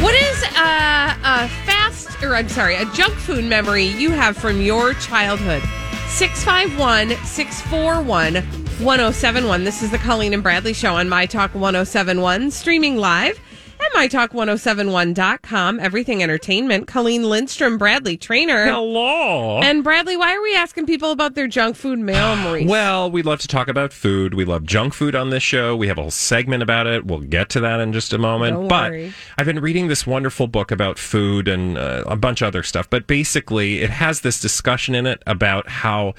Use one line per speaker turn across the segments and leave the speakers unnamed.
What is uh, a fast, or I'm sorry, a junk food memory you have from your childhood? 651 641 1071. This is the Colleen and Bradley Show on My Talk 1071, streaming live at MyTalk1071.com. Everything Entertainment. Colleen Lindstrom, Bradley Trainer.
Hello.
And Bradley, why are we asking people about their junk food memories?
well, we love to talk about food. We love junk food on this show. We have a whole segment about it. We'll get to that in just a moment.
Don't
but
worry.
I've been reading this wonderful book about food and uh, a bunch of other stuff. But basically, it has this discussion in it about how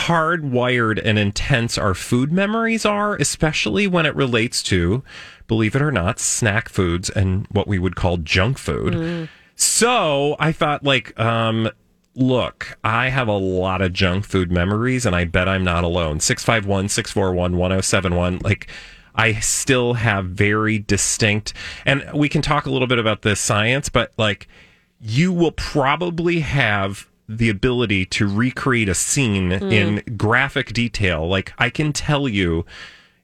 hardwired and intense our food memories are, especially when it relates to, believe it or not, snack foods and what we would call junk food.
Mm.
So I thought, like, um, look, I have a lot of junk food memories, and I bet I'm not alone. 651 641 1071. Like, I still have very distinct, and we can talk a little bit about the science, but like, you will probably have the ability to recreate a scene in graphic detail. Like, I can tell you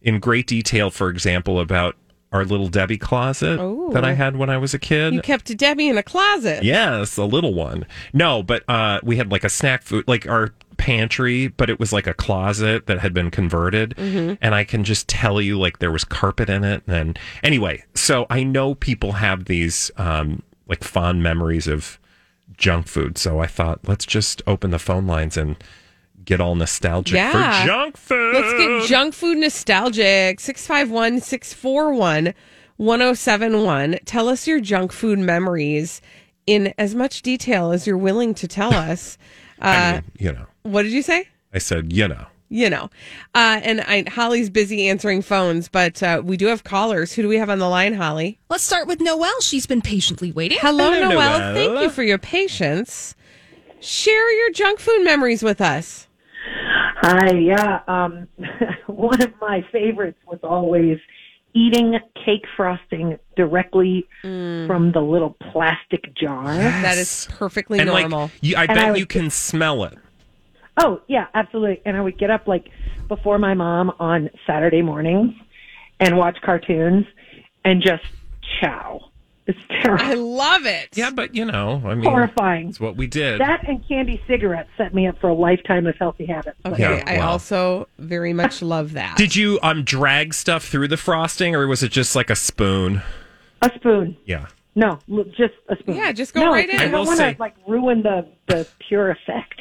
in great detail, for example, about our little Debbie closet that I had when I was a kid.
you kept Debbie in a closet.
Yes, a little one. No, but uh, we had like a snack food, like our pantry, but it was like a closet that had been converted.
Mm-hmm.
And I can just tell you, like, there was carpet in it. And anyway, so I know people have these um, like fond memories of junk food. So I thought, let's just open the phone lines and get all nostalgic
Yeah.
for junk food.
Let's get junk food nostalgic. 651 641 1071. Tell us your junk food memories in as much detail as you're willing to tell us.
I mean, you know,
what did you say?
I said, you know.
You know. Uh, and I, Holly's busy answering phones, but uh, we do have callers. Who do we have on the line, Holly?
Let's start with Noelle. She's been patiently waiting.
Hello,
Hello,
Noelle.
Noelle.
Thank you for your patience. Share your junk food memories with us.
Hi, yeah. Um, one of my favorites was always eating cake frosting directly
Mm.
from the little plastic jar.
That is perfectly
And
normal.
like, you, I
I
bet
would-
you can smell it.
Oh, yeah, absolutely. And I would get up like before my mom on Saturday mornings and watch cartoons and just chow. It's
I
terrible.
love it.
Yeah, but you know, I mean,
Horrifying.
it's what we did.
That and candy cigarettes set me up for a lifetime of healthy habits.
Okay,
Yeah,
I
wow.
also very much love that.
Did you um drag stuff through the frosting, or was it just like a spoon?
A spoon.
Yeah.
No, l- just a spoon.
Yeah, just go
No,
right in.
I
I
will
don't want
say-
to like ruin the, the pure effect.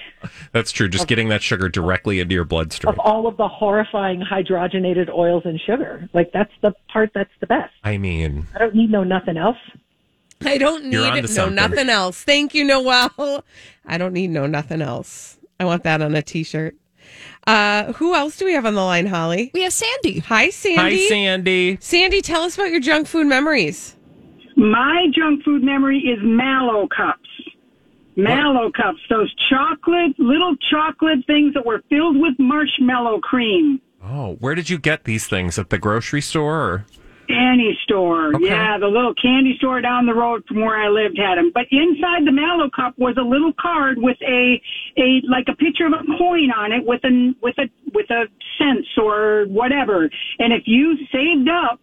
That's true.
Oh.
Just getting that sugar directly into your bloodstream.
of all of the horrifying hydrogenated oils and sugar. Like that's the part that's the best.
I mean,
I don't need no nothing else.
I don't
You're onto
need no
something.
nothing else. Thank you, Noel. I don't need no nothing else. I want that on a T-shirt. Uh, who else do we have on the line, Holly?
We have Sandy.
Hi, Sandy.
hi, Sandy.
Sandy, tell us about your junk food memories.
My junk food memory is mallow cups. Mallow cups, those chocolate, little chocolate things that were filled with marshmallow cream.
Oh, where did you get these things at the grocery store? Or?
Any store. Yeah, the little candy store down the road from where I lived had them. But inside the mallow cup was a little card with a, a, like a picture of a coin on it with an, with a, with a cents or whatever. And if you saved up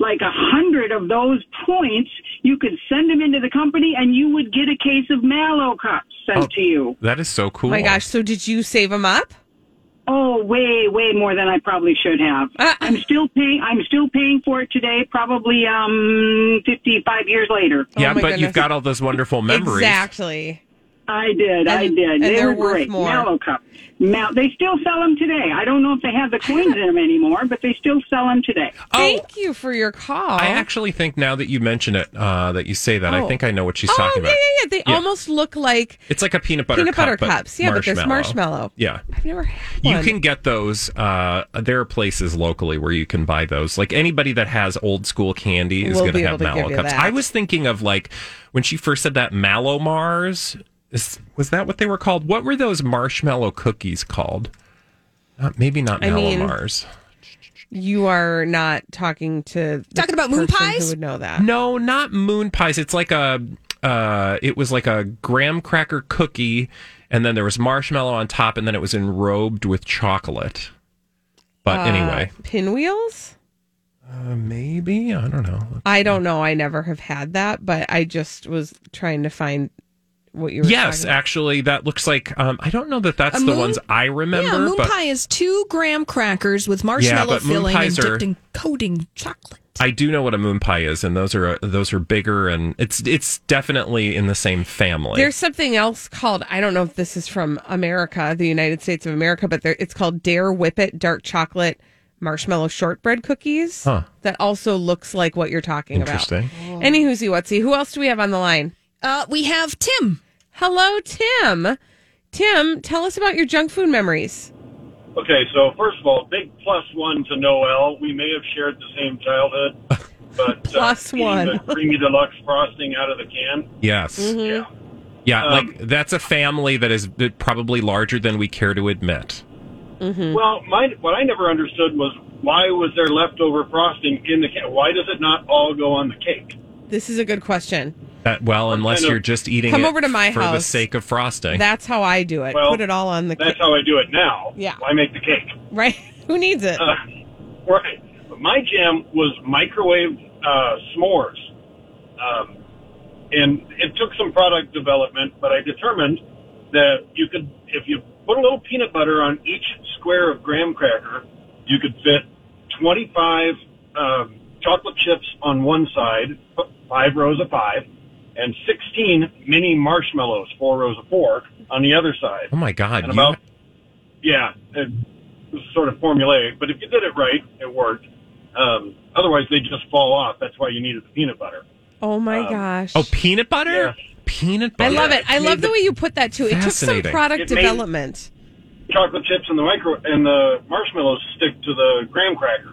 like a hundred of those points, you could send them into the company and you would get a case of mallow cups sent to you.
That is so cool.
Oh my gosh! So did you save them up?
Oh, way, way more than I probably should have.
Uh.
I'm still paying. I'm still paying for it today. Probably um, 55 years later.
yeah,
Oh my
but
goodness.
you've got all those wonderful memories.
Exactly.
I did. I
And-
did.
and
they
they're
were
worth
great.
more.
Mallow cup. Mal- they still sell them today. I don't know if they have the coins in them anymore, but they still sell them today.
Thank you for your call.
Oh. I actually think now that you mention it, uh, that you say that,
Oh.
I think I know what she's
oh,
talking
yeah,
about.
yeah, yeah. They
Yeah.
almost look like
It's like a peanut butter
peanut
cup,
butter cups. Yeah, but there's marshmallow.
Yeah.
I've never had
You
one.
can get those. Uh, there are places locally where you can buy those. Like anybody that has old school candy is
We'll
going
be
to
able
have
to give
mallow
you
cups.
that.
I was thinking of like when she first said that mallow Mars. Is, was that what they were called? What were those marshmallow cookies called? Not, maybe not
I
mallow
mean-
Mars.
You are not talking to the
Talking about moon
person Who
pies?
would know that?
No, not moon pies. It's like a. Uh, it was like a graham cracker cookie, and then there was marshmallow on top, and then it was enrobed with chocolate.
Uh,
But anyway,
Pinwheels?
uh, maybe I don't know.
I don't know. I never have had that, but I just was trying to find what you were.
Yes,
talking about.
actually, that looks like. Um, I don't know that that's
A
the
moon-
ones I remember,
yeah, moon
but
pie is two graham crackers with marshmallow
but moon
filling and
pies are-
dipped in coating chocolate.
I do know what a moon pie is, and those are uh, those are bigger, and it's it's definitely in the same family.
There's something else called I don't know if this is from America, the United States of America, but there, it's called Dare Whip It dark chocolate marshmallow shortbread cookies
Huh.
that also looks like what you're talking
Interesting.
about. Oh. Any whoosie whatsy. Who else do we have on the line?
Uh, we have Tim.
Hello, Tim. Tim, tell us about your junk food memories.
Okay, so first of all, big plus one to Noel. We may have shared the same childhood, but
Plus
eating
one. Mm-hmm.
the creamy deluxe frosting out of the can.
Yes,
Yeah,
yeah,
Um,
like that's a family that is probably larger than we care to admit.
Well, my, what I never understood was why was there leftover frosting in the can? Why does it not all go on the cake?
This is a good question.
That, well, unless
kind of-
you're just eating
Come
it
over to my
for the
house.
sake of frosting.
That's how I do it.
Well,
Put it all on the
That's how I do it now.
Yeah.
Why make the cake?
right. Who needs it?
Uh, right. My jam was microwave uh, s'mores. Um, and it took some product development, but I determined that you could, if you put a little peanut butter on each square of graham cracker, you could fit 25 um, chocolate chips on one side, f- five rows of five, and 16 mini marshmallows, four rows of four, on the other side
oh my God!
and
You,
about yeah, it was sort of formulaic. But if you did it right, it worked. Um, otherwise, they just fall off. That's why you needed the peanut butter.
oh my
um,
gosh.
oh, peanut butter.
Yeah.
Peanut
I
butter.
love it. I
It made
love the
the-
way you put that too. It took some
Fascinating.
product
It made-
development.
Chocolate chips and the micro and the marshmallows stick to the graham cracker.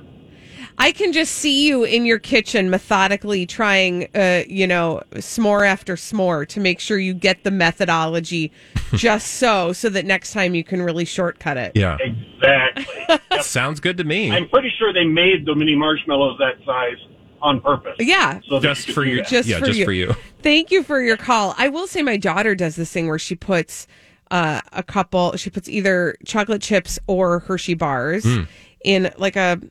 I can just see you in your kitchen methodically trying, uh, you know, s'more after s'more to make sure you get the methodology just so, so that next time you can really shortcut it.
Yeah,
Exactly.
sounds good to me.
I'm pretty sure they made the mini marshmallows that size on purpose.
Yeah.
So that
just
could
for
do
you.
that.
Just
yeah,
for
just
you.
for you.
Thank you for your call. I will say my daughter does this thing where she puts uh, a couple, she puts either chocolate chips or Hershey bars
Hmm.
in like a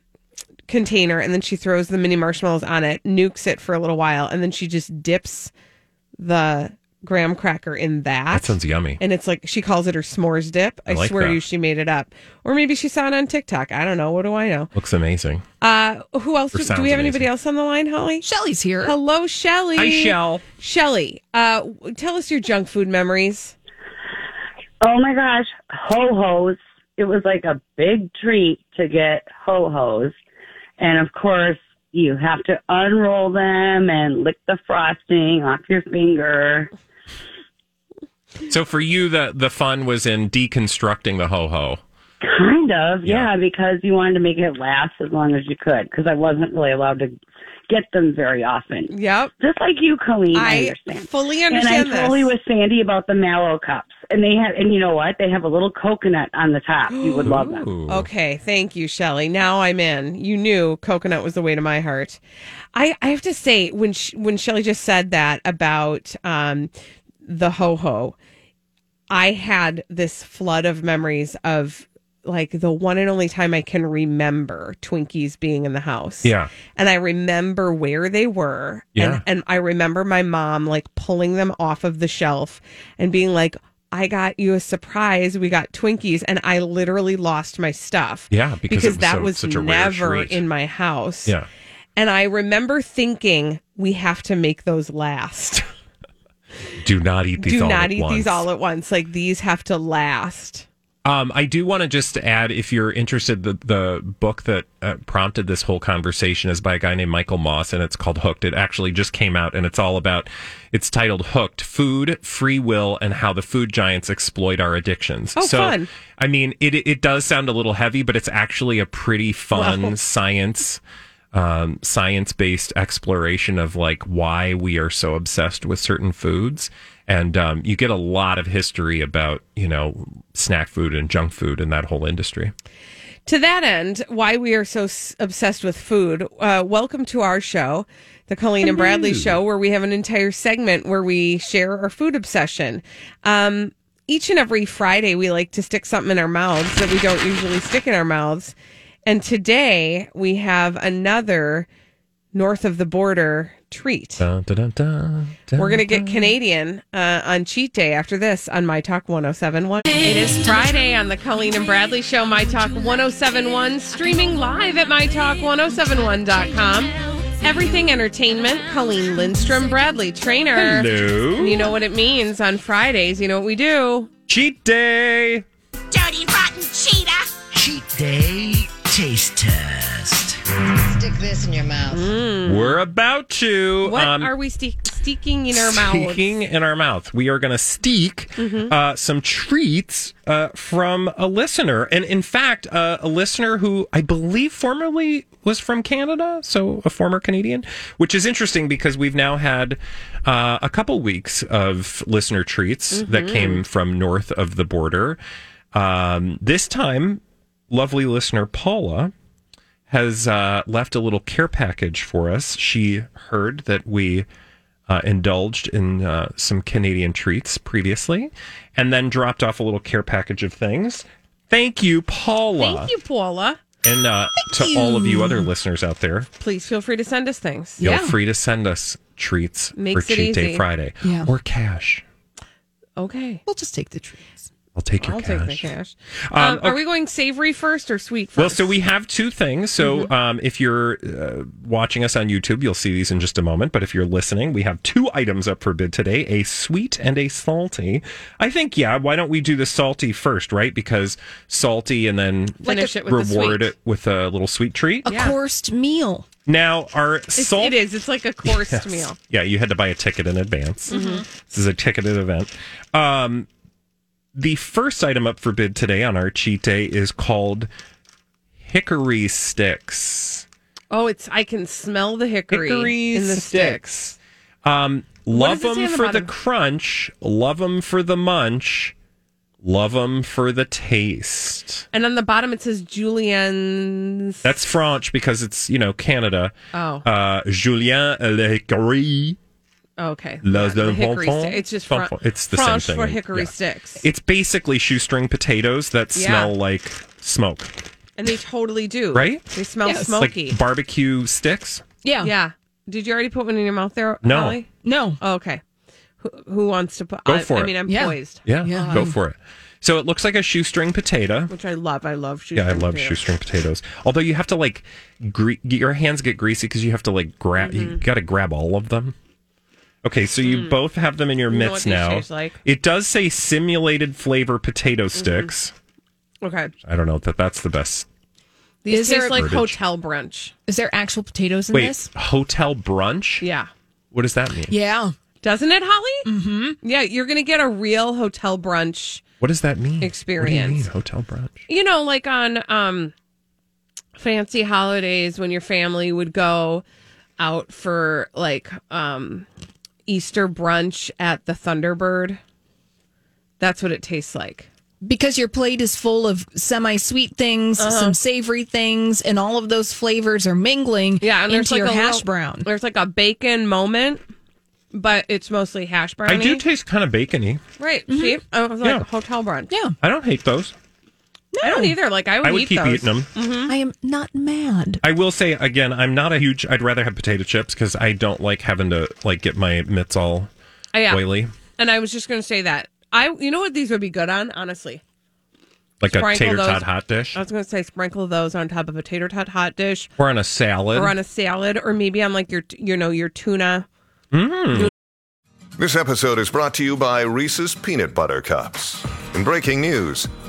container and then she throws the mini marshmallows on it, nukes it for a little while, and then she just dips the graham cracker in that.
That sounds yummy.
and it's like she calls it her s'mores dip. I,
I like
swear
that.
you, she made it up, or maybe she saw it on TikTok. I don't know. What do I know?
Looks amazing.
Uh, who else?
Or
Do, do
sounds
we have anybody
amazing.
else on the line, Holly?
Shelly's here.
Hello, Shelly.
Hi, Shell.
Shelly, uh, w- tell us your junk food memories.
Oh my gosh, ho hos. It was like a big treat to get ho hos. And of course, you have to unroll them and lick the frosting off your finger.
So for you, the the fun was in deconstructing the ho ho.
Kind of,
Yeah.
yeah. because you wanted to make it last as long as you could, because I wasn't really allowed to get them very often.
Yep.
Just like you, Colleen, I,
I,
understand.
fully understand
and I
this.
totally with Sandy about the mallow cups, and they have, and you know what? They have a little coconut on the top. You would love them.
Okay, thank you, Shelly. Now I'm in. You knew coconut was the way to my heart. I, I have to say when sh- when Shelly just said that about um, the ho ho, I had this flood of memories of like the one and only time I can remember Twinkies being in the house.
Yeah.
and I remember where they were.
Yeah.
and, and I remember my mom like pulling them off of the shelf and being like. I got you a surprise. We got Twinkies, and I literally lost my stuff.
Yeah, because it was
that
so-
was
such a rare
never
treat.
in my house.
Yeah.
And I remember thinking, we have to make those last.
Do not eat these
Do
all
not
at
eat
once.
these all at once. Like, these have to last.
Um, I do want to just add, if you're interested, the the book that uh, prompted this whole conversation is by a guy named Michael Moss, and it's called Hooked. It actually just came out, and it's all about. It's titled Hooked: Food, Free Will, and How the Food Giants Exploit Our Addictions.
Oh,
so,
fun.
I mean, it it does sound a little heavy, but it's actually a pretty fun science. Um, science based exploration of like why we are so obsessed with certain foods. And um, you get a lot of history about, you know, snack food and junk food and that whole industry.
To that end, why we are so s- obsessed with food, uh, welcome to our show, the Colleen and Bradley Show, where we have an entire segment where we share our food obsession. Um, each and every Friday, we like to stick something in our mouths that we don't usually stick in our mouths. And today, we have another north of the border treat.
Dun, dun, dun, dun, dun.
We're going to get Canadian uh, on cheat day after this on My Talk 1071. It is Friday on the Colleen and Bradley Show, My Talk 1071, streaming live at MyTalk1071.com. Everything Entertainment, Colleen Lindstrom, Bradley Trainer.
Hello.
You know what it means on Fridays. You know what we do.
Cheat day.
Dirty rotten cheetah.
Cheat day taste test.
Stick this in your mouth.
We're about to.
Mm. What
um,
are we ste- steaking in our mouths? Mm-hmm.
Speaking in our mouth, we are going to steak uh, some treats uh, from a listener, and in fact, uh, a listener who I believe formerly was from Canada, so a former Canadian, which is interesting because we've now had uh, a couple weeks of listener treats
Mm-hmm.
that came from north of the border. Um, this time, lovely listener Paula has uh, left a little care package for us. She heard that we uh, indulged in uh, some Canadian treats previously and then dropped off a little care package of things. Thank you, Paula.
Thank you, Paula.
And uh, to all of you other listeners out there,
Please feel free to send us things.
feel free to send us treats
Makes
for
it
Cheat Day
easy.
Friday
Yeah.
or cash.
Okay.
We'll just take the trees.
I'll take your
I'll
cash.
take the cash.
Um,
Um, Are
okay.
we going savory first or sweet first?
Well, so we have two things. So, um, if you're uh, watching us on YouTube, you'll see these in just a moment. But if you're listening, we have two items up for bid today: a sweet and a salty. I think, yeah. Why don't we do the salty first, right? Because salty, and then
Finish it with the
reward
sweet.
it with a little sweet treat.
A coursed meal.
Now, our
It's,
salt
It is. It's like a course
Yes.
meal. Mm-hmm.
Yeah, you had to buy a ticket in advance. This is a ticketed event. Um, the first item up for bid today on our cheat day is called hickory sticks.
Oh, it's. I can smell the hickory,
Hickory
in the
sticks. Um,
What does
love
it say on
them
the
for the
bottom?
crunch, love them for the munch, love them for the taste.
And on the bottom it says juliennes.
That's French because it's you know Canada.
Oh.
uh, Julien le hickory.
Okay.
Les
the
enfants.
hickory sti- It's just fran-
Enfants. It's the same
French
thing.
for hickory
Yeah.
sticks,
It's basically shoestring potatoes that
Yeah.
smell like smoke.
and they totally do.
Right?
They smell
Yes.
smoky.
Like barbecue sticks?
Yeah.
yeah. Did you already put one in your mouth there?
No.
Ollie?
No.
Oh, okay. Who, who wants to put?
Go
I,
for
I
it.
mean, I'm
Yeah.
poised,
Yeah.
Yeah.
Go for it. So it looks like a shoestring potato.
which I love. I love shoestring.
Yeah, I love
potatoes.
shoestring potatoes. Although you have to like, gre- get- your hands get greasy because you have to like grab.
Mm-hmm.
You got to grab all of them. Okay, so you both have them in your
Mm. You know
mitts
what these
now.
taste like. Mm-hmm.
It does say simulated flavor potato sticks.
Okay.
I don't know that that's the best.
These
Is
taste
there-
like
Verbiage.
hotel brunch.
Is there actual potatoes in
Wait,
this?
hotel brunch?
Yeah.
What does that mean?
Yeah.
Doesn't it, Holly? Mm-hmm. Yeah, you're gonna get a real hotel brunch.
What does that mean? What do you
Experience.
mean, hotel brunch?
you know, like on um fancy holidays when your family would go out for like um Easter brunch at the Thunderbird. That's what it tastes like.
Because your plate is full of semi sweet things, some savory things, and all of those flavors are mingling
Yeah, and there's
into
like
your
a
hash
little-
brown.
There's like a bacon moment, but it's mostly hash browny.
I do taste kind of bacony.
right. See, I was like
Yeah.
hotel brunch.
Mm-hmm. Yeah.
I don't hate those.
I don't either. Like I would,
I would
eat
keep
those.
eating them.
I am not mad.
I will say again, I'm not a huge. I'd rather have potato chips because I don't like having to like get my mitts all
Oh, yeah.
oily.
And I was just going to say that I you know what these would be good on, honestly.
like a
Sprinkle
tater
those-
tot hot dish,
I was going to say sprinkle those on top of a tater tot hot dish,
or on a salad,
or on a salad, or maybe on like your t- you know your tuna.
Mm. This episode is brought to you by Reese's Peanut Butter Cups. In breaking news,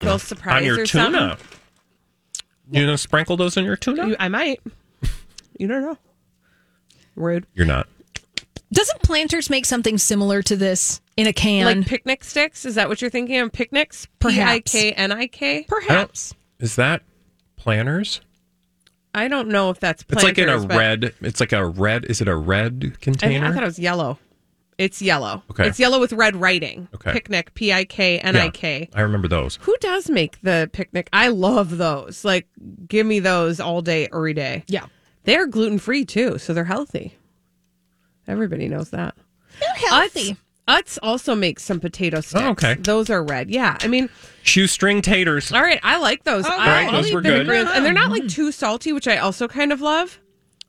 Little surprise
on your
or
tuna.
something.
You gonna sprinkle those in your tuna?
You- I might. You don't know. Rude.
You're not.
Doesn't Planters make something similar to this in a can?
Like picnic sticks? Is that what you're thinking of? Picnics? P I
Perhaps.
K N I K?
I don't- Is that planners?
I don't know if that's
It's like in a
planters, but-
red. It's like a red. Is it a red
I,
container?
I thought it was yellow. It's yellow.
Okay.
It's yellow with red writing.
Okay.
Picnic, P I K N I K.
I remember those.
Who does make the picnic? I love those. Like, give me those all day, every day.
Yeah.
They're gluten free too, so they're healthy. Everybody knows that. They're
healthy.
Utz also makes some potato sticks.
Oh, okay.
Those are red. Yeah. I mean,
Shoestring taters.
all right. I like
Oh,
those.
All
I
right,
like
those were good.
vinaigrette. And they're not like
Mm-hmm.
too salty, which I also kind of love.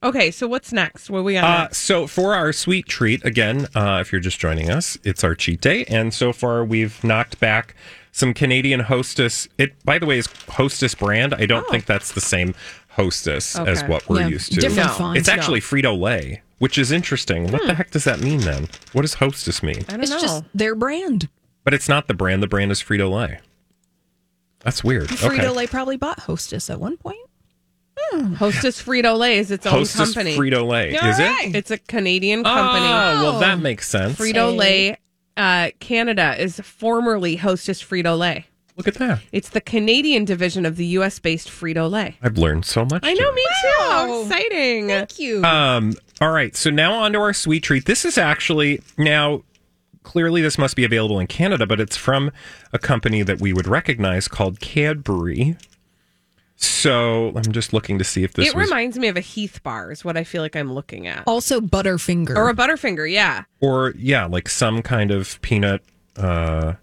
Okay. So what's next? What are we on?
Uh,
next?
so for our sweet treat again, uh, if you're just joining us, it's our cheat day, and so far we've knocked back some Canadian Hostess. It, by the way, is Hostess brand. I
Oh.
don't think that's the same Hostess as
Okay.
what we're
Yeah,
used to.
different No. font.
It's
No.
actually Frito Lay, which is interesting. What the
Hmm.
heck does that mean then? What does Hostess mean?
I don't
it's
know.
just their brand.
But it's not the brand. The brand is Frito Lay. That's weird. okay.
Frito Lay probably bought Hostess at one point.
Hostess Frito Lay is its own
Hostess
company.
Frito-Lay, is it? Alright.
It's a Canadian company.
Oh, well, that makes sense.
Frito Lay uh, Canada is formerly Hostess Frito Lay.
Look at that.
It's the Canadian division of the U.S. based Frito Lay.
I've learned so much.
I know, me too.
Wow.
Exciting. Thank you.
Um, all right, so now on to our sweet treat. This is actually now clearly this must be available in Canada, but it's from a company that we would recognize called Cadbury. So I'm just looking to see if this
it
was,
reminds me of a Heath bar, is what I feel like I'm looking at.
Also, Butterfinger.
Or a Butterfinger, yeah.
or yeah, like some kind of peanut uh,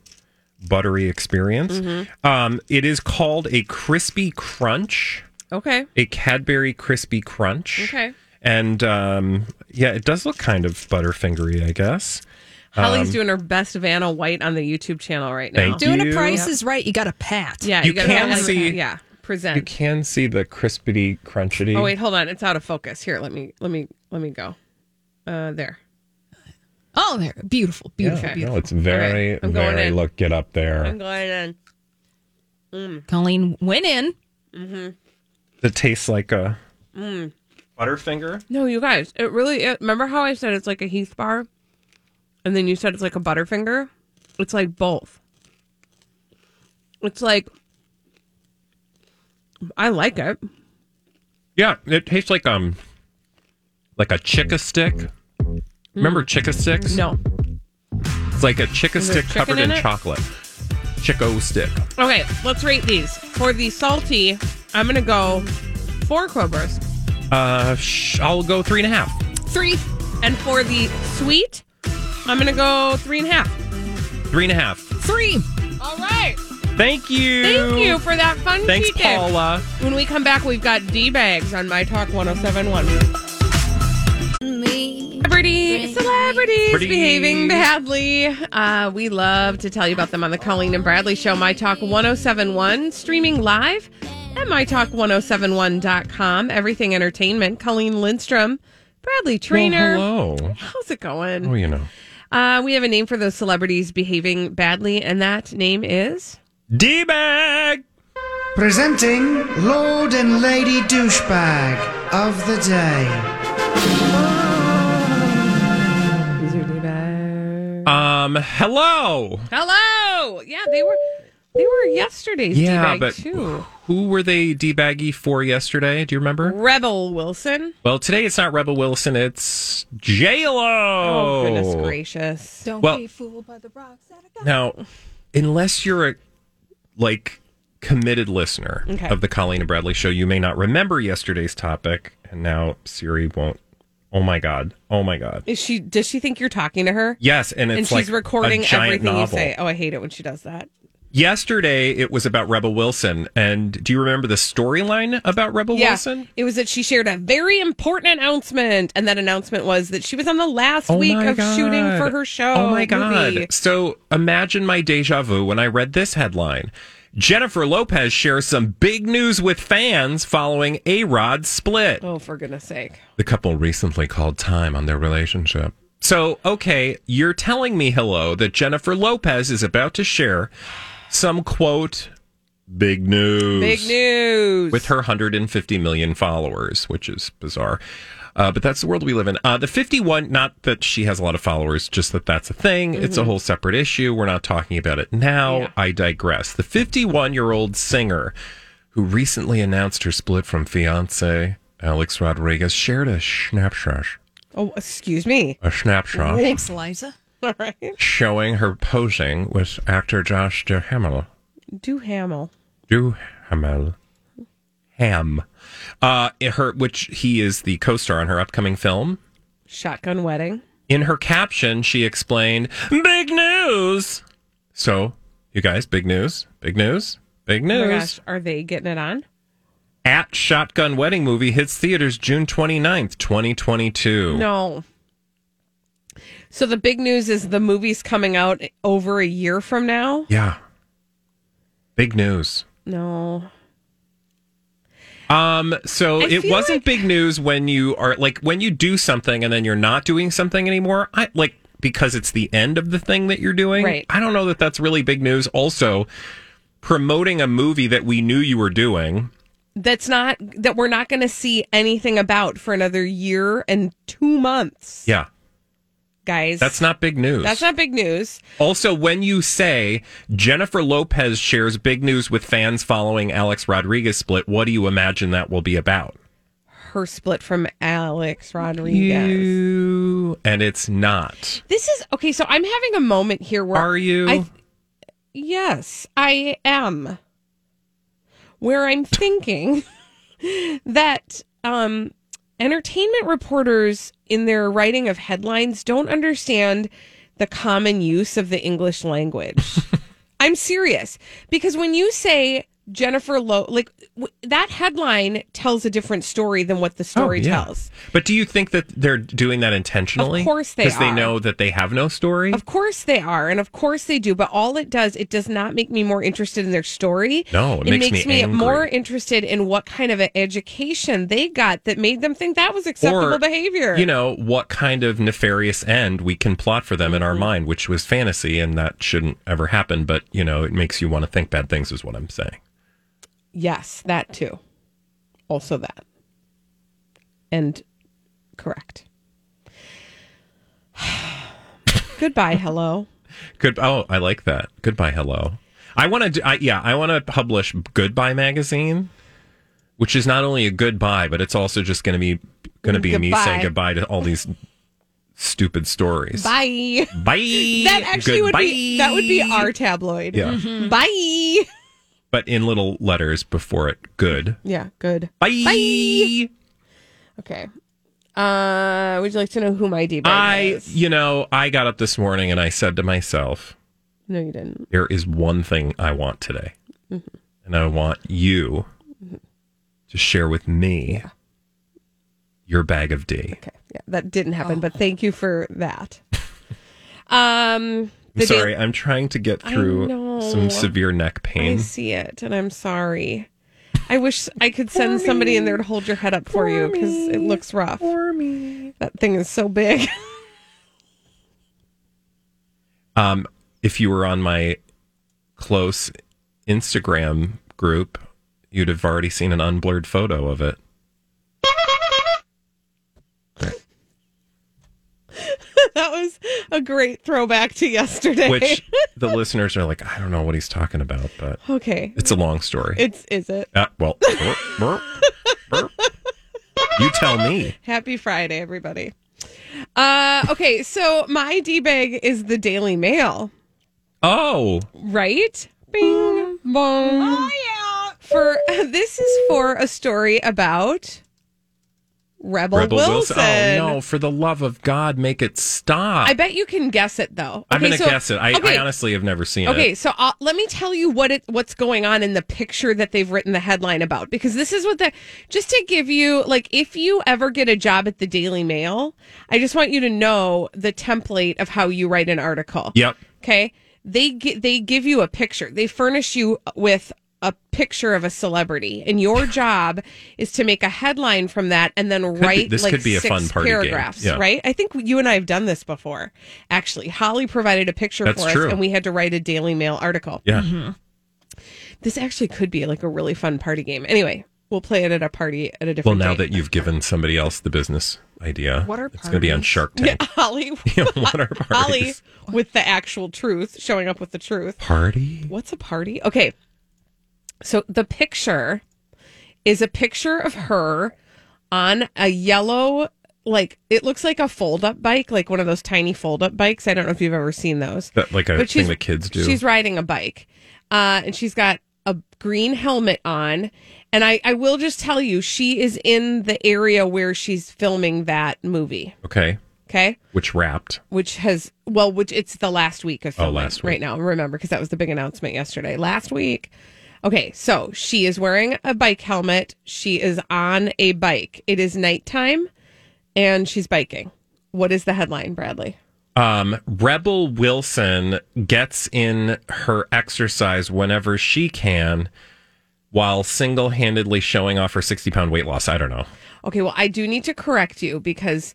buttery experience.
Mhm.
Um, it is called a crispy crunch,
Okay.
a Cadbury crispy crunch,
Okay.
and um, yeah, it does look kind of butterfingery, I guess.
Holly's
Um,
doing her best Vanna White on the YouTube channel right now.
Thank Doing a you. Price
is right. You got a pat.
Yeah,
You
gotta
can
like-
see-
Yeah,
You
present.
can see the crispity crunchity.
Oh wait, hold on. It's out of focus. Here, let me let me let me go. Uh there.
Oh, there. Beautiful, beautiful,
Yeah, No,
beautiful.
it's very,
All right, I'm going
very.
in.
Look, get up
I'm
there.
going in. Mm.
Colleen went in.
Mm-hmm.
It tastes like a
Mm.
butterfinger.
No, you guys, it really. It, remember how I said it's like a Heath bar, and then you said it's like a Butterfinger. It's like both. It's like I like it.
Yeah, it tastes like um, like a chicka stick. Remember chicka sticks?
No.
It's like a chicka
Is there
stick
chicken
covered
in
in,
it?
chocolate. Chico stick.
Okay, let's rate these. For the salty, I'm gonna go four Cobras.
Uh, sh- I'll go three and a half.
Three. And for the sweet, I'm gonna go three and a half.
Three and a half.
Three. All right.
Thank you.
Thank you for that fun
Thanks,
cheat day.
Paula.
When we come back, we've got D bags on My Talk 1071. Celebrity, celebrities
Pretty.
behaving badly. Uh, we love to tell you about them on the Colleen and Bradley Show, My Talk 1071, streaming live at MyTalk1071.com. Everything Entertainment. Colleen Lindstrom, Bradley Trainer.
Well, hello.
How's it going?
Oh, you know.
Uh, we have a name for those celebrities behaving badly, and that name is
D bag.
Presenting Lord and Lady Douchebag of the Day.
Um, hello.
Hello. Yeah, they were they were yesterday's
Yeah,
D-bag
but
too.
who were they debaggy for yesterday? Do you remember?
Rebel Wilson.
Well, today it's not Rebel Wilson. It's J Lo.
Oh, goodness gracious.
Don't Well- be
fooled by the rocks.
Now, unless you're a like committed listener
Okay.
of the Colleen and Bradley show, you may not remember yesterday's topic, and now Siri won't. Oh my god! Oh my god!
Is she does she think you're talking to her?
Yes, and it's
and she's
like
recording
a giant
everything you
novel.
say. Oh, I hate it when she does that.
Yesterday it was about Rebel Wilson, and do you remember the storyline about Rebel
yeah.
Wilson?
It was that she shared a very important announcement, and that announcement was that she was on the last
Oh
week
my
of shooting
God.
for her show.
Oh my god!
movie.
So imagine my deja vu when I read this headline: Jennifer Lopez shares some big news with fans following A Rod's split.
Oh, for goodness sake.
The couple recently called time on their relationship. So, okay, you're telling me, hello, that Jennifer Lopez is about to share some quote big news.
Big news.
With her 150 million followers, which is bizarre. Uh, but that's the world we live in. Uh, the 51, not that she has a lot of followers, just that that's a thing. It's a whole separate issue. We're not talking about it now. I digress. The 51 year old singer who recently announced her split from fiance Alex Rodriguez shared a snapshot,
Oh, excuse me.
a snapshot
Thanks, Liza.
All right.
showing her posing with actor Josh Duhamel.
Do Hamill.
Duhamel. Ham. Uh, her, which he is the co star on her upcoming film.
Shotgun wedding.
In her caption, she explained, Big news! So, you guys, big news, big news, big
Oh my
news.
gosh, are they getting it on?
At Shotgun Wedding Movie hits theaters June 29th, 2022.
No. So the big news is the movie's coming out over a year from now.
Yeah. Big news.
No.
Um, so
I
it
feel
wasn't
like-
big news when you are like when you do something and then you're not doing something anymore. I like because it's the end of the thing that you're doing.
Right.
I don't know that that's really big news. Also, promoting a movie that we knew you were doing.
That's not that we're not going to see anything about for another year and 2 months,
Yeah,
guys.
that's not big news.
That's not big news.
Also, when you say Jennifer Lopez shares big news with fans following Alex Rodriguez split, what do you imagine that will be about?
Her split from Alex Rodriguez.
You and it's not.
This is okay, so I'm having a moment here where
Are you?
I, yes, I am. Where I'm thinking that um, entertainment reporters, in their writing of headlines, don't understand the common use of the English language. I'm serious because when you say Jennifer Lowe, like w- that headline tells a different story than what the story
Oh, yeah.
tells.
But do you think that they're doing that intentionally?
Of course they
Because they
are.
know that they have no story?
Of course they are, and of course they do. But all it does, it does not make me more interested in their story.
No, it
it
makes
makes,
me
me,
angry.
more interested in what kind of an education they got that made them think that was acceptable
Or,
behavior.
You know, what kind of nefarious end we can plot for them in
Mm-hmm.
our mind, which was fantasy, and that shouldn't ever happen. But, you know, it makes you want to think bad things, is what I'm saying.
yes, that too. Also that, and correct. Goodbye. Hello.
Good. Oh, I like that. Goodbye, hello. I want to, I, yeah, I want to publish Goodbye Magazine, which is not only a goodbye, but it's also just going to be, going to be me
Goodbye.
saying goodbye to all these stupid stories.
Bye.
Bye.
That actually would be
Goodbye.
that would be our tabloid.
Yeah.
Bye.
but in little letters before it. Good.
Yeah. Good.
Bye.
Okay. Uh, would you like to know who my debate
I,
is?
you know, I got up this morning and I said to myself,
No, you didn't.
there is one thing I want today.
Mm-hmm.
And I want you to share with me your bag of D.
Yeah, that didn't happen. But thank you for that. um,
I'm
the da-
sorry, I'm trying to get
I
through
know.
some severe neck
I
pain.
see it, and I'm sorry. I wish I could send somebody in there to hold your head up for, you because it looks rough. For me, that thing is so big.
Um, if you were on my close Instagram group, You'd have already seen an unblurred photo of it.
that was a great throwback to yesterday.
Which the listeners are like, I don't know what he's talking about, but
okay,
it's a long story.
it's is it?
Uh, well, burp, burp, burp. you tell me.
Happy Friday, everybody. Uh, okay, so my d bag is the Daily Mail,
Oh,
right? Bing, bong. Oh yeah. For this is for a story about Rebel, Wilson.
Oh no! For the love of God, make it stop!
I bet you can guess it though.
I'm
Okay,
gonna
so-
guess it. I,
okay.
I honestly have never seen
Okay,
it.
so i let me tell you what it what's going on in the picture that they've written the headline about because this is what the just to give you like if you ever get a job at the Daily Mail, I just want you to know the template of how you write an article.
Yep.
Okay, they gi- they give you a picture. They furnish you with a picture of a celebrity, and your job is to make a headline from that and then
be-
write
this
like
could be a
six
fun party game.
paragraphs.
Yeah.
Right? I think you and I have done this before. Actually, Holly provided a picture
That's
for
true.
us, and we had to write a Daily Mail article.
Yeah.
This actually could be like a really fun party game. Anyway, we'll play it at a party at a
Well,
different.
now
date.
that you've given somebody else the business idea,
What are
it's going to be on Shark Tank.
Yeah, Holly,
Yeah. what are parties?
Holly with the actual truth, showing up with the truth.
Party?
What's a party? Okay. So the picture is a picture of her on a yellow, like it looks like a fold up bike, like one of those tiny fold up bikes. I don't know if you've ever seen those.
That- like
But
a thing
she's-
that kids do.
She's riding a bike, uh, and she's got a green helmet on. And I, I will just tell you, she is in the area where she's filming that movie.
Okay.
Okay
Which wrapped?
which has well, which it's the last week of
Oh,
filming
last week.
right now. Remember, because that was the big announcement yesterday. Last week. Okay, so she is wearing a bike helmet. She is on a bike. It is nighttime, and she's biking. What is the headline, Bradley?
Um, Rebel Wilson gets in her exercise whenever she can while single handedly showing off her 60 pound weight loss. I don't know.
Okay, well, I do need to correct you because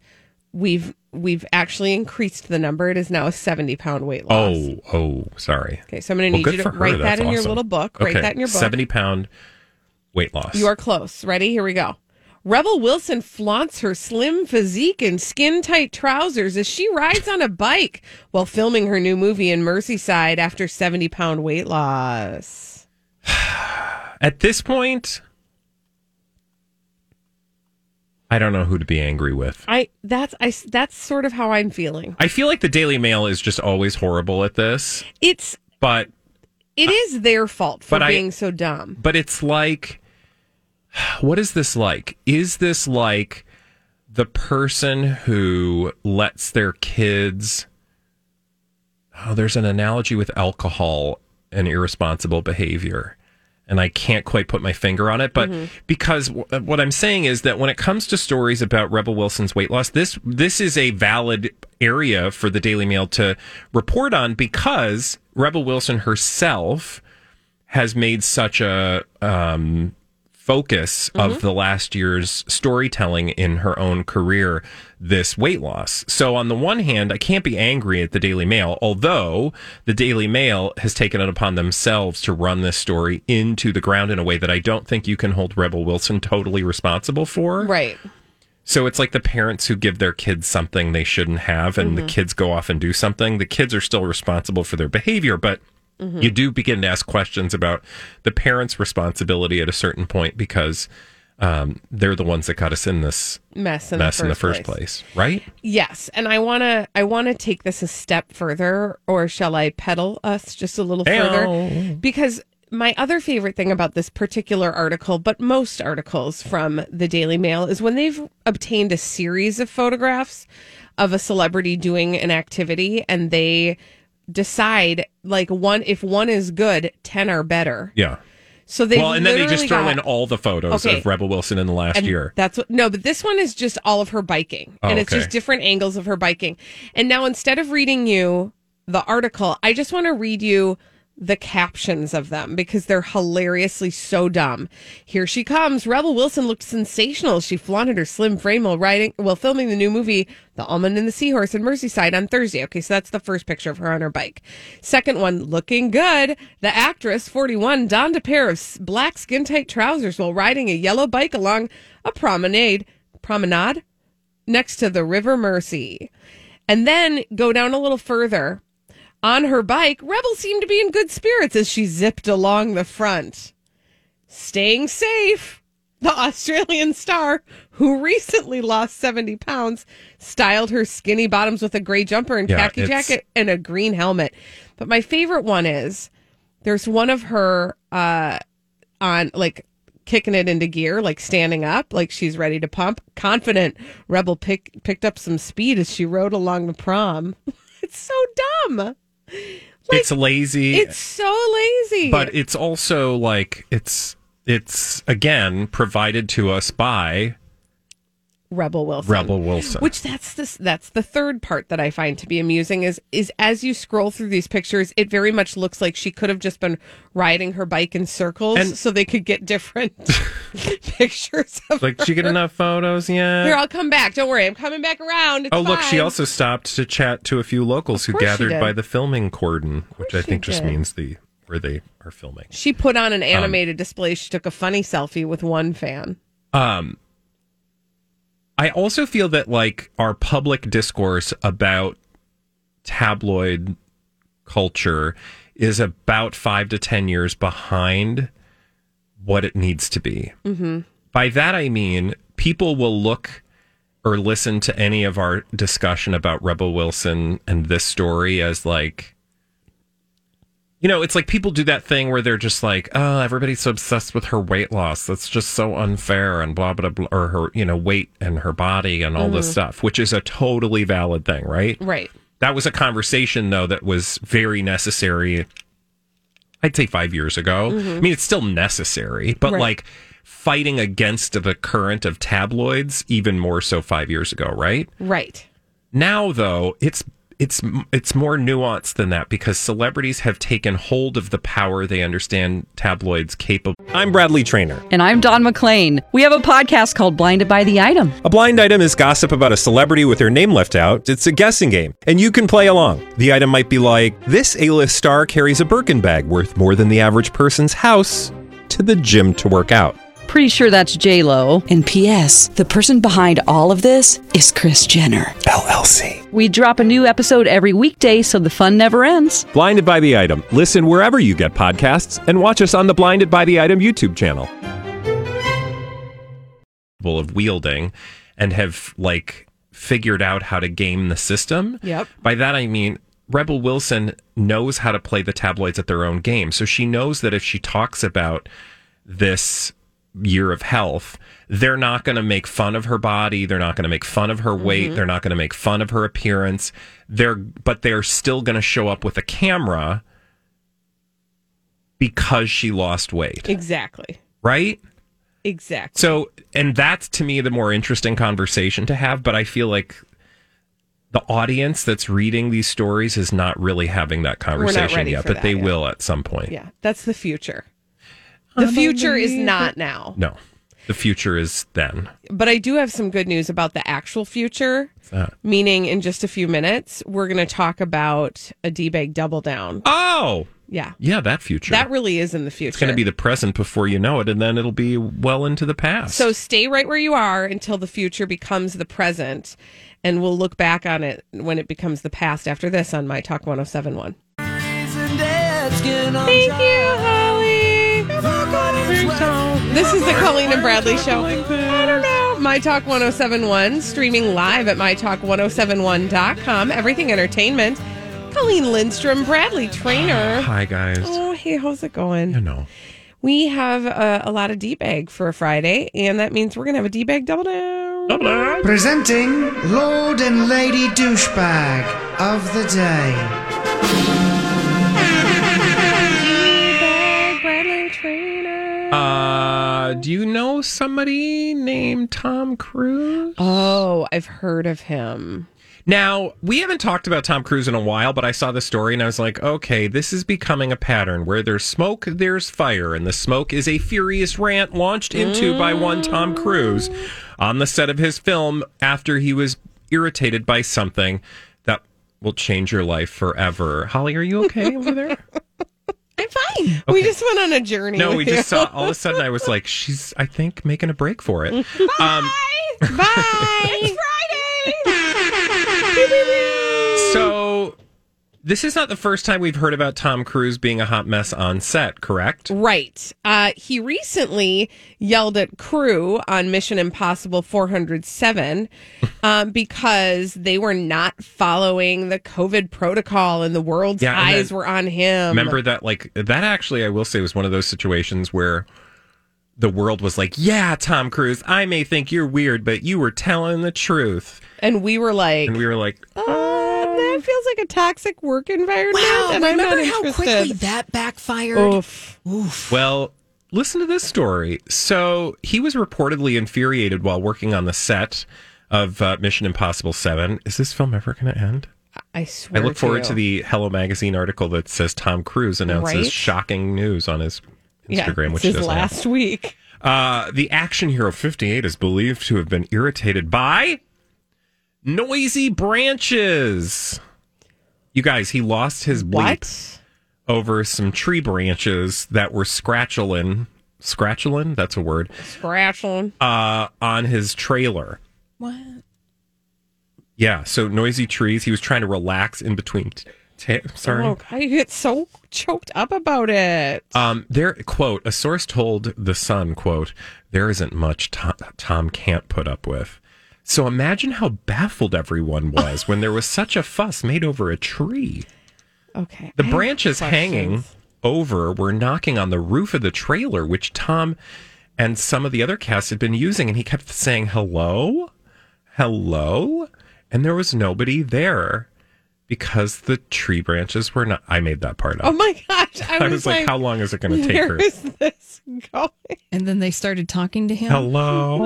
we've we've actually increased the number. It is now a seventy pound weight loss.
Oh, oh, sorry.
Okay, so I'm gonna need
good
you to
for her.
write that
That's
in your
awesome.
little book. Write
Okay,
that in your book.
70 pound weight loss.
You are close. Ready? Here we go. Rebel Wilson flaunts her slim physique and skin tight trousers as she rides on a bike while filming her new movie in Merseyside after 70 pound weight loss.
At this point, I don't know who to be angry with.
I that's I that's sort of how I'm feeling.
I feel like the Daily Mail is just always horrible at this,
It's
but
it is their fault for
Uh, But I-
being so dumb.
but it's like what is this like is this like the person who lets their kids oh there's an analogy with alcohol and irresponsible behavior and I can't quite put my finger on it, but because w- uh, what I'm saying is that when it comes to stories about Rebel Wilson's weight loss, this this is a valid area for the Daily Mail to report on because Rebel Wilson herself has made such a um, focus of the last year's storytelling in her own career this weight loss. So on the one hand, I can't be angry at the Daily Mail, although the Daily Mail has taken it upon themselves to run this story into the ground in a way that I don't think you can hold Rebel Wilson totally responsible for.
Right.
So it's like the parents who give their kids something they shouldn't have and
Mm-hmm.
the kids go off and do something. The kids are still responsible for their behavior, but
Mm-hmm.
you do begin to ask questions about the parents' responsibility at a certain point because um, they're the ones that got us in this
Mess in
mess
the first
in the first
place.
place, right?
Yes, and I want to I want to take this a step further or shall I pedal us just a little further
Ew.
because my other favorite thing about this particular article, but most articles from the Daily Mail is when they've obtained a series of photographs of a celebrity doing an activity and they decide like one if one is good, 10 are better.
Yeah.
So they
well, and then they just
literally
throw
got-
in all the photos
Okay.
of Rebel Wilson in the last
and
year.
That's what no, but this one is just all of her biking,
Oh,
and it's
okay.
just different angles of her biking. And now instead of reading you the article, I just want to read you the captions of them because they're hilariously so dumb. Here she comes. Rebel Wilson looked sensational. She flaunted her slim frame while riding while filming the new movie The Almond and the Seahorse in Merseyside on Thursday. Okay, so that's the first picture of her on her bike. Second one, looking good. The actress, 41, donned a pair of s- black skin tight trousers while riding a yellow bike along a promenade promenade next to the River Mercy. And then go down a little further. On her bike, Rebel seemed to be in good spirits as she zipped along the front. Staying safe, the Australian star, who recently lost 70 pounds, styled her skinny bottoms with a gray jumper and
Yeah,
khaki
it's-
jacket and a green helmet. But my favorite one is there's one of her uh, on like kicking it into gear, like standing up, like she's ready to pump. Confident Rebel pick, picked up some speed as she rode along the prom. it's so dumb.
it's lazy.
It's so lazy.
but it's also like it's it's again provided to us by
Rebel Wilson.
Rebel Wilson.
Which that's this that's the third part that I find to be amusing is is as you scroll through these pictures, it very much looks like she could have just been riding her bike in circles
And-
so they could get different pictures of
like,
her.
did she get enough photos yet?
Here, I'll come back. Don't worry, I'm coming back around. It's
oh, look, she
fine.
also stopped to chat to a few locals who
course she
gathered
did.
by the filming cordon, which I
she
think just
did.
means the where they are filming.
She put on an animated display. She took a funny selfie with one fan.
Um, I also feel that like our public discourse about tabloid culture is about five to ten years behind what it needs to be.
Mm-hmm.
By that I mean people will look or listen to any of our discussion about Rebel Wilson and this story as like you know, it's like people do that thing where they're just like, "Oh, everybody's so obsessed with her weight loss. That's just so unfair," and blah blah blah, or her, you know, weight and her body and all this
Mhm.
stuff, which is a totally valid thing, right?
Right.
That was a conversation though that was very necessary. I'd say five years ago.
Mhm.
I mean, it's still necessary, but
Right.
like fighting against the current of tabloids, even more so five years ago, right?
Right.
Now, though, it's it's it's more nuanced than that because celebrities have taken hold of the power they understand tabloids capable. I'm Bradley Trainer.
And I'm Don McClain. We have a podcast called Blinded by the Item.
A blind item is gossip about a celebrity with their name left out. It's a guessing game, and you can play along. The item might be like this: A-list star carries a Birkin bag worth more than the average person's house to the gym to work out.
Pretty sure that's J Lo. And P.S. The person behind all of this is Chris Jenner LLC. We drop a new episode every weekday, so the fun never ends.
Blinded by the Item. Listen wherever you get podcasts and watch us on the Blinded by the Item YouTube channel. Of wielding and have like figured out how to game the system.
Yep.
By that I mean Rebel Wilson knows how to play the tabloids at their own game. So she knows that if she talks about this year of health, they're not going to make fun of her body, they're not going to make fun of her weight, they're not going to make fun of her appearance. They're but they're still going to show up with a camera because she lost weight,
Exactly.
right?
Exactly.
So, and that's to me the more interesting conversation to have, but I feel like the audience that's reading these stories is not really having that conversation
ready
yet,
for
but
that
they
yet.
will at some point.
Yeah, that's the future. The future is not now.
No, the future is then.
But I do have some good news about the actual future,
What's that?
meaning in just a few minutes, we're going to talk about a D bag double down.
Oh,
Yeah.
yeah, that future.
That really is in the future.
it's going to be the present before you know it, and then it'll be well into the past.
So stay right where you are until the future becomes the present, and we'll look back on it when it becomes the past after this on My Talk 1071. Thank you, Holly. This is the Colleen and Bradley Show. I don't know. My Talk 1071, streaming live at mytalk1071.com. Everything Entertainment. Colleen Lindstrom, Bradley Trainer.
Ah, Hi, guys.
Oh, hey, how's it going?
You know.
We have uh, a lot of D bag for a Friday, and that means we're going to have a D bag double down.
Presenting Lord and Lady Douchebag of the Day.
Bag, Bradley Trainer.
Uh, do you know somebody named Tom Cruise?
Oh, I've heard of him.
Now, we haven't talked about Tom Cruise in a while, but I saw the story and I was like, okay, this is becoming a pattern where there's smoke, there's fire, and the smoke is a furious rant launched into by one Tom Cruise on the set of his film after he was irritated by something that will change your life forever. Holly, are you okay over there?
We just went on a journey.
No,
with
we just
you.
saw all of a sudden I was like, she's I think making a break for it. Um
Bye.
so this is not the first time we've heard about Tom Cruise being a hot mess on set, correct?
Right. Uh, he recently yelled at crew on Mission Impossible 407 um, because they were not following the COVID protocol and the world's
Yeah, and
eyes
then-
were on him.
Remember that like that actually I will say was one of those situations where the world was like, "Yeah, Tom Cruise, I may think you're weird, but you were telling the truth."
And we were like,
And we were like,
"Uh, that feels like a toxic work environment.
Wow,
and I'm
remember
not
how
interested." Oh.
quickly that backfired?
Oof.
Oof.
Well, listen to this story. So he was reportedly infuriated while working on the set of uh, Mission Impossible 7. Is this film ever going to end?
I
I
swear.
look forward
you.
to the Hello Magazine article that says Tom Cruise announces
Right?
shocking news on his
Yeah,
Instagram,
it's
which
his
doesn't
last
happen.
week.
Uh, the action hero 58 is believed to have been irritated by noisy branches. You guys, he lost his bleep over some tree branches that were scratchelin. Scratchelin? That's a word.
Scratch on.
Uh, on his trailer.
What?
Yeah, so noisy trees. He was trying to relax in between. T- ta- sorry.
Oh, I get so choked up about it.
Um, there, quote, a source told The Sun, quote, there isn't much Tom, Tom can't put up with. So imagine how baffled everyone was when there was such a fuss made over a tree.
Okay.
The
I have
branches
questions.
hanging over were knocking on the roof of the trailer, which Tom and some of the other cast had been using, and he kept saying, hello, hello. And there was nobody there because the tree branches were not. I made that part up.
Oh my gosh. I
I
was,
was like, how long is it gonna take
where
her?
is this going?
And then they started talking to him.
Hello?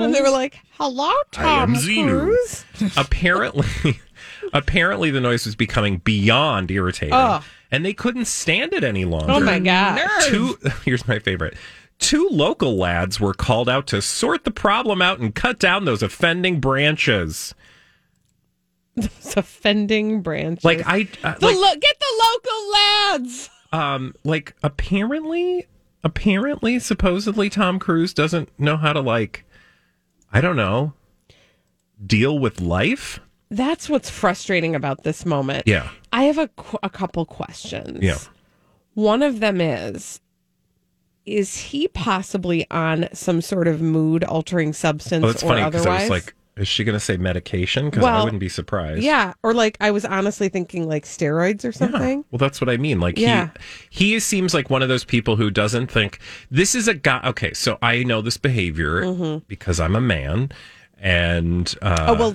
And they were like, hello, Tom
I am Xenu.
Cruise.
apparently apparently the noise was becoming beyond irritating
Oh.
and they couldn't stand it any longer
Oh my gosh.
two here's my favorite two local lads were called out to sort the problem out and cut down those offending branches
Those offending branches.
like i uh,
the
like,
lo- get the local lads.
um like apparently apparently supposedly tom cruise doesn't know how to like i don't know deal with life
That's what's frustrating about this moment.
yeah
I have a, qu- a couple questions.
yeah
One of them is is he possibly on some sort of mood altering substance
Oh, that's
or
funny because I
otherwise?
was like, is she going to say medication? Because I
Well,
wouldn't be surprised.
yeah, or like I was honestly thinking like steroids or something.
Well, that's what I mean. Like,
Yeah.
he, he seems like one of those people who doesn't think this is a guy. Okay, so I know this behavior because I'm a man. And uh,
Mm-hmm. oh well,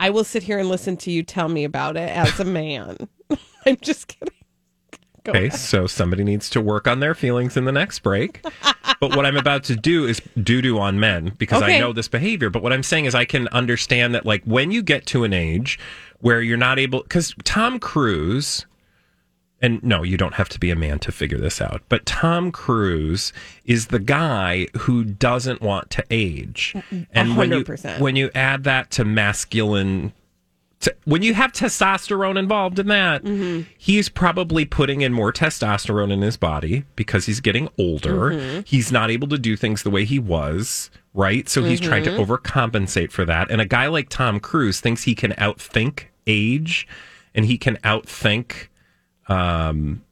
I will sit here and listen to you tell me about it as a man. I'm just kidding. Go
okay,
ahead.
so somebody needs to work on their feelings in the next break. but what I'm about to do is doo doo on men because I
Okay.
know this behavior. But what I'm saying is, I can understand that, like, when you get to an age where you're not able, because Tom Cruise, and no, you don't have to be a man to figure this out, but Tom Cruise is the guy who doesn't want to age. And when you
100%.
when you add that to masculine to- when you have testosterone involved in that, he's probably putting in more testosterone in his body because he's getting older.
Mhm.
He's not able to do things the way he was, right? So he's trying to
Mhm.
overcompensate for that. And a guy like Tom Cruise thinks he can outthink age and he can outthink um,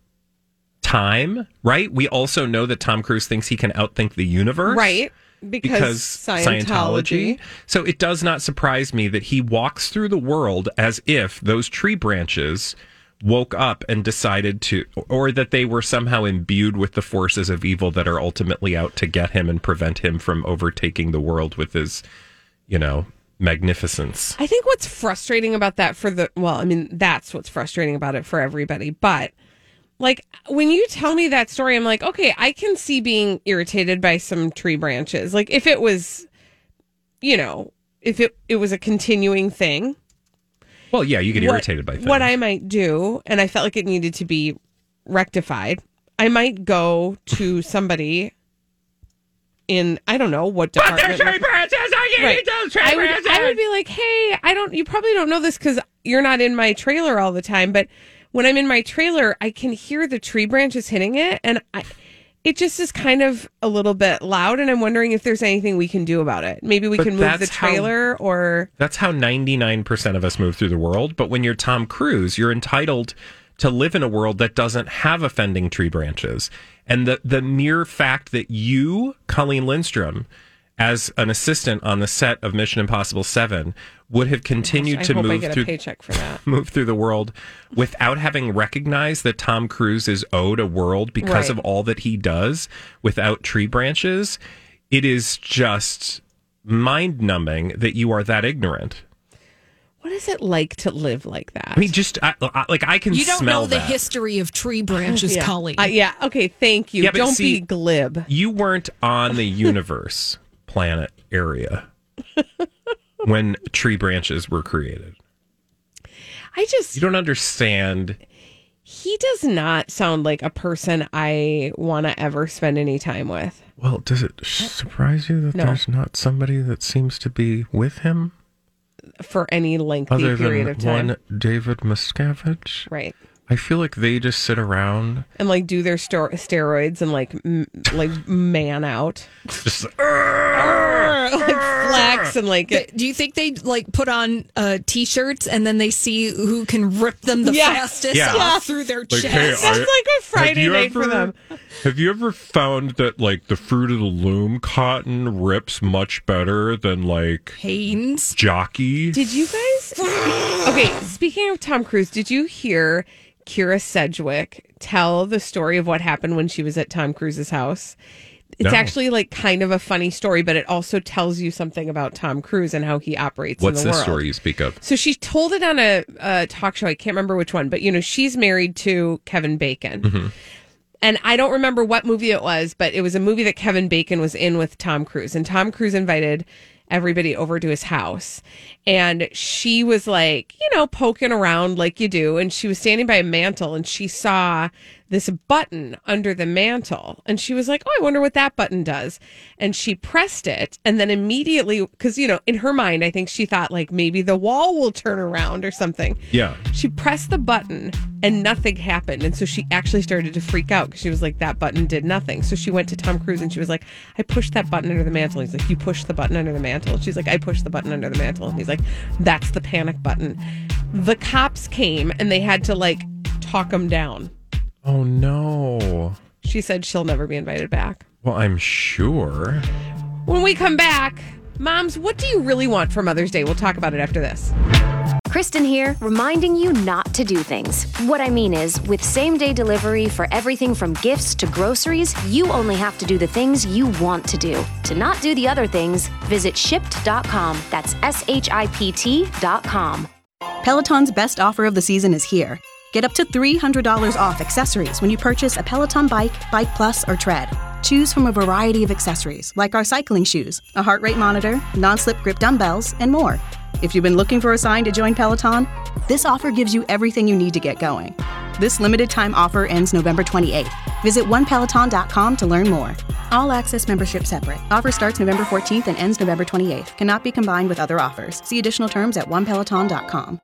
time, right? We also know that Tom Cruise thinks he can outthink the universe
right because,
because
Scientology.
Scientology. So it does not surprise me that he walks through the world as if those tree branches woke up and decided to, or that they were somehow imbued with the forces of evil that are ultimately out to get him and prevent him from overtaking the world with his, you know, magnificence.
I think what's frustrating about that for the well, I mean, that's what's frustrating about it for everybody. But like when you tell me that story, I'm like, okay, I can see being irritated by some tree branches. Like if it was, you know, if it it was a continuing thing.
Well, yeah, you get
what-
irritated by things.
What I might do, and I felt like it needed to be rectified, I might go to somebody in, I don't know what department. Right. I would, I would be like, hey, I don't, you probably don't know this because you're not in my trailer all the time, but when I'm in my trailer, I can hear the tree branches hitting it. And I, it just is kind of a little bit loud. And I'm wondering if there's anything we can do about it. Maybe we
But
can move the
that's how-
trailer or.
That's how 99% of us move through the world. But when you're Tom Cruise, you're entitled to live in a world that doesn't have offending tree branches. And the, the mere fact that you, Colleen Lindstrom, as an assistant on the set of Mission Impossible 7, would have continued
I
to
hope I
move
get a
through
paycheck for that.
move through the world without having recognized that Tom Cruise is owed a world because
Right.
of all that he does without tree branches, it is just mind numbing that you are that ignorant.
What is it like to live like that?
I mean, just I, I, like I can
You don't
smell
know the
that.
history of tree branches,
yeah.
Colleen.
Uh, yeah. Okay. Thank you.
Yeah, but
Don't
see-
be glib.
you weren't on the universe planet area when tree branches were created.
I just
You don't understand.
he does not sound like a person I want to ever spend any time with.
Well, does it surprise you that
No. there's
not somebody that seems to be with him?
for any lengthy
other
period
than
of time.
one David Miscavige.
Right.
I feel like they just sit around,
And like do their stor- steroids and like m- like man out.
just
like flex and like
But do you think they like put on uh, t-shirts and then they see who can rip them the
Yeah.
fastest
Yeah.
off
Yeah.
through their
like,
chest?
hey,
a
I-
Friday
have you
night for
ever,
them.
Have you ever found that like the fruit of the loom cotton rips much better than like
Haynes.
jockey?
Did you guys? okay. Speaking of Tom Cruise, did you hear Kira Sedgwick tell the story of what happened when she was at Tom Cruise's house? It's
No.
actually like kind of a funny story, but it also tells you something about Tom Cruise and how he operates.
What's
in the
this
world.
story you speak of?
So she told it on a, a talk show. I can't remember which one, but you know, she's married to Kevin
Mm-hmm.
Bacon. And I don't remember what movie it was, but it was a movie that Kevin Bacon was in with Tom Cruise. And Tom Cruise invited everybody over to his house. And she was like, you know, poking around like you do. And she was standing by a mantle and she saw this button under the mantle. And she was like, oh, I wonder what that button does. And she pressed it. And then immediately, because, you know, in her mind, I think she thought like maybe the wall will turn around or something.
Yeah.
She pressed the button and nothing happened. And so she actually started to freak out because she was like, that button did nothing. So she went to Tom Cruise and she was like, I pushed that button under the mantle. He's like, You pushed the button under the mantle. She's like, I pushed the button under the mantle. And he's like, That's the panic button. The cops came and they had to like talk him down.
Oh no.
She said she'll never be invited back.
Well, I'm sure.
When we come back, moms, what do you really want for Mother's Day? We'll talk about it after this.
Kristen here, reminding you not to do things. What I mean is, with same day delivery for everything from gifts to groceries, you only have to do the things you want to do. To not do the other things, visit shipped.com. That's S H I P T.com.
Peloton's best offer of the season is here. Get up to $300 off accessories when you purchase a Peloton bike, bike plus, or tread. Choose from a variety of accessories like our cycling shoes, a heart rate monitor, non slip grip dumbbells, and more. If you've been looking for a sign to join Peloton, this offer gives you everything you need to get going. This limited time offer ends November 28th. Visit onepeloton.com to learn more. All access membership separate. Offer starts November 14th and ends November 28th. Cannot be combined with other offers. See additional terms at onepeloton.com.